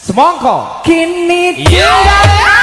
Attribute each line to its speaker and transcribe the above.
Speaker 1: Semongko.
Speaker 2: Kini
Speaker 1: Yeah.